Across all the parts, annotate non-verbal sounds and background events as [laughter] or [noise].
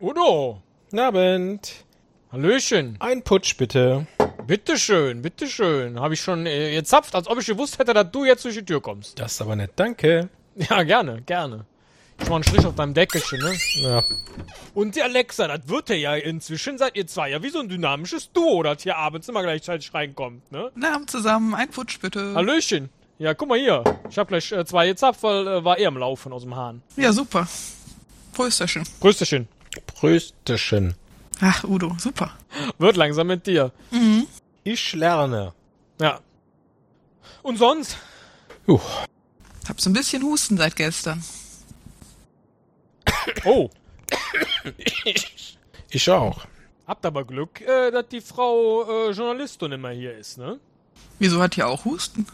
Udo, Guten Abend. Hallöchen. Ein Putsch bitte. Bitteschön, bitteschön. Habe ich schon äh, gezapft, als ob ich gewusst hätte, dass du jetzt durch die Tür kommst. Das ist aber nett, danke. [laughs] Ja, gerne, gerne. Ich mach einen Strich auf deinem Deckelchen, ne? Ja, Und die Alexa, das wird ja ja inzwischen, seid ihr zwei ja wie so ein dynamisches Duo, das hier abends immer gleichzeitig reinkommt, ne? Na, Abend zusammen, ein Putsch bitte. Hallöchen. Ja, guck mal hier. Ich hab gleich äh, zwei gezapft, weil äh, war er am Laufen aus dem Hahn. Ja, super. Prösterchen. Grüßtechen. Prösteschen. Ach, Udo, super. Wird langsam mit dir. Ich lerne. Ja. Und sonst? Hab so ein bisschen Husten seit gestern. Oh, Ich auch. habt aber Glück, äh, dass die Frau äh, Journalistin immer hier ist, ne? Wieso hat ihr auch Husten?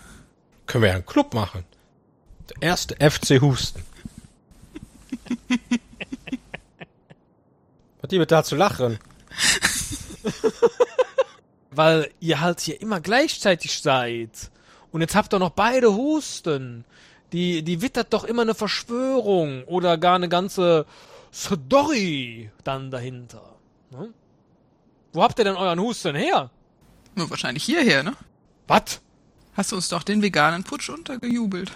Können wir ja einen Club machen. Der erste FC [laughs] Husten. Was die mit da zu lachen? Weil ihr halt hier immer gleichzeitig seid. Und jetzt habt ihr noch beide Husten. Die, die wittert doch immer eine Verschwörung oder gar eine ganze Story dann dahinter. Ne? Wo habt ihr denn euren Husten her? Nur wahrscheinlich hierher, ne? Was? Hast du uns doch den veganen Putsch untergejubelt.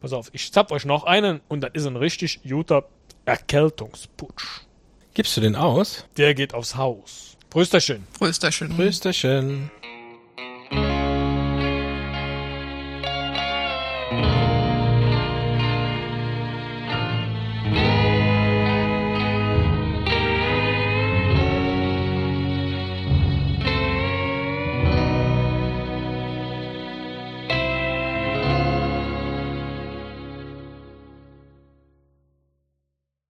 Pass auf, ich zapp euch noch einen und das ist ein richtig guter Erkältungsputsch. Gibst du den aus? Der geht aufs Haus. Prösterchen. Prösterchen. Prösterchen.